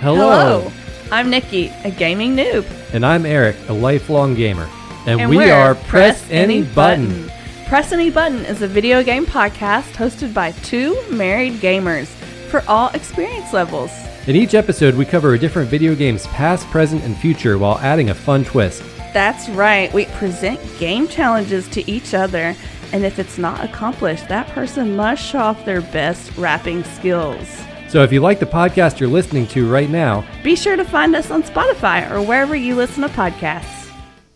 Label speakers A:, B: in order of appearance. A: Hello.
B: I'm Nikki, a gaming noob.
A: And I'm Eric, a lifelong gamer. And, we are Press Any Button.
B: Press Any Button is a video game podcast hosted by two married gamers for all experience levels.
A: In each episode, we cover a different video game's past, present, and future while adding a fun twist.
B: That's right, we present game challenges to each other, and if it's not accomplished, that person must show off their best rapping skills.
A: So if you like the podcast you're listening to right now,
B: Be sure to find us on Spotify or wherever you listen to podcasts.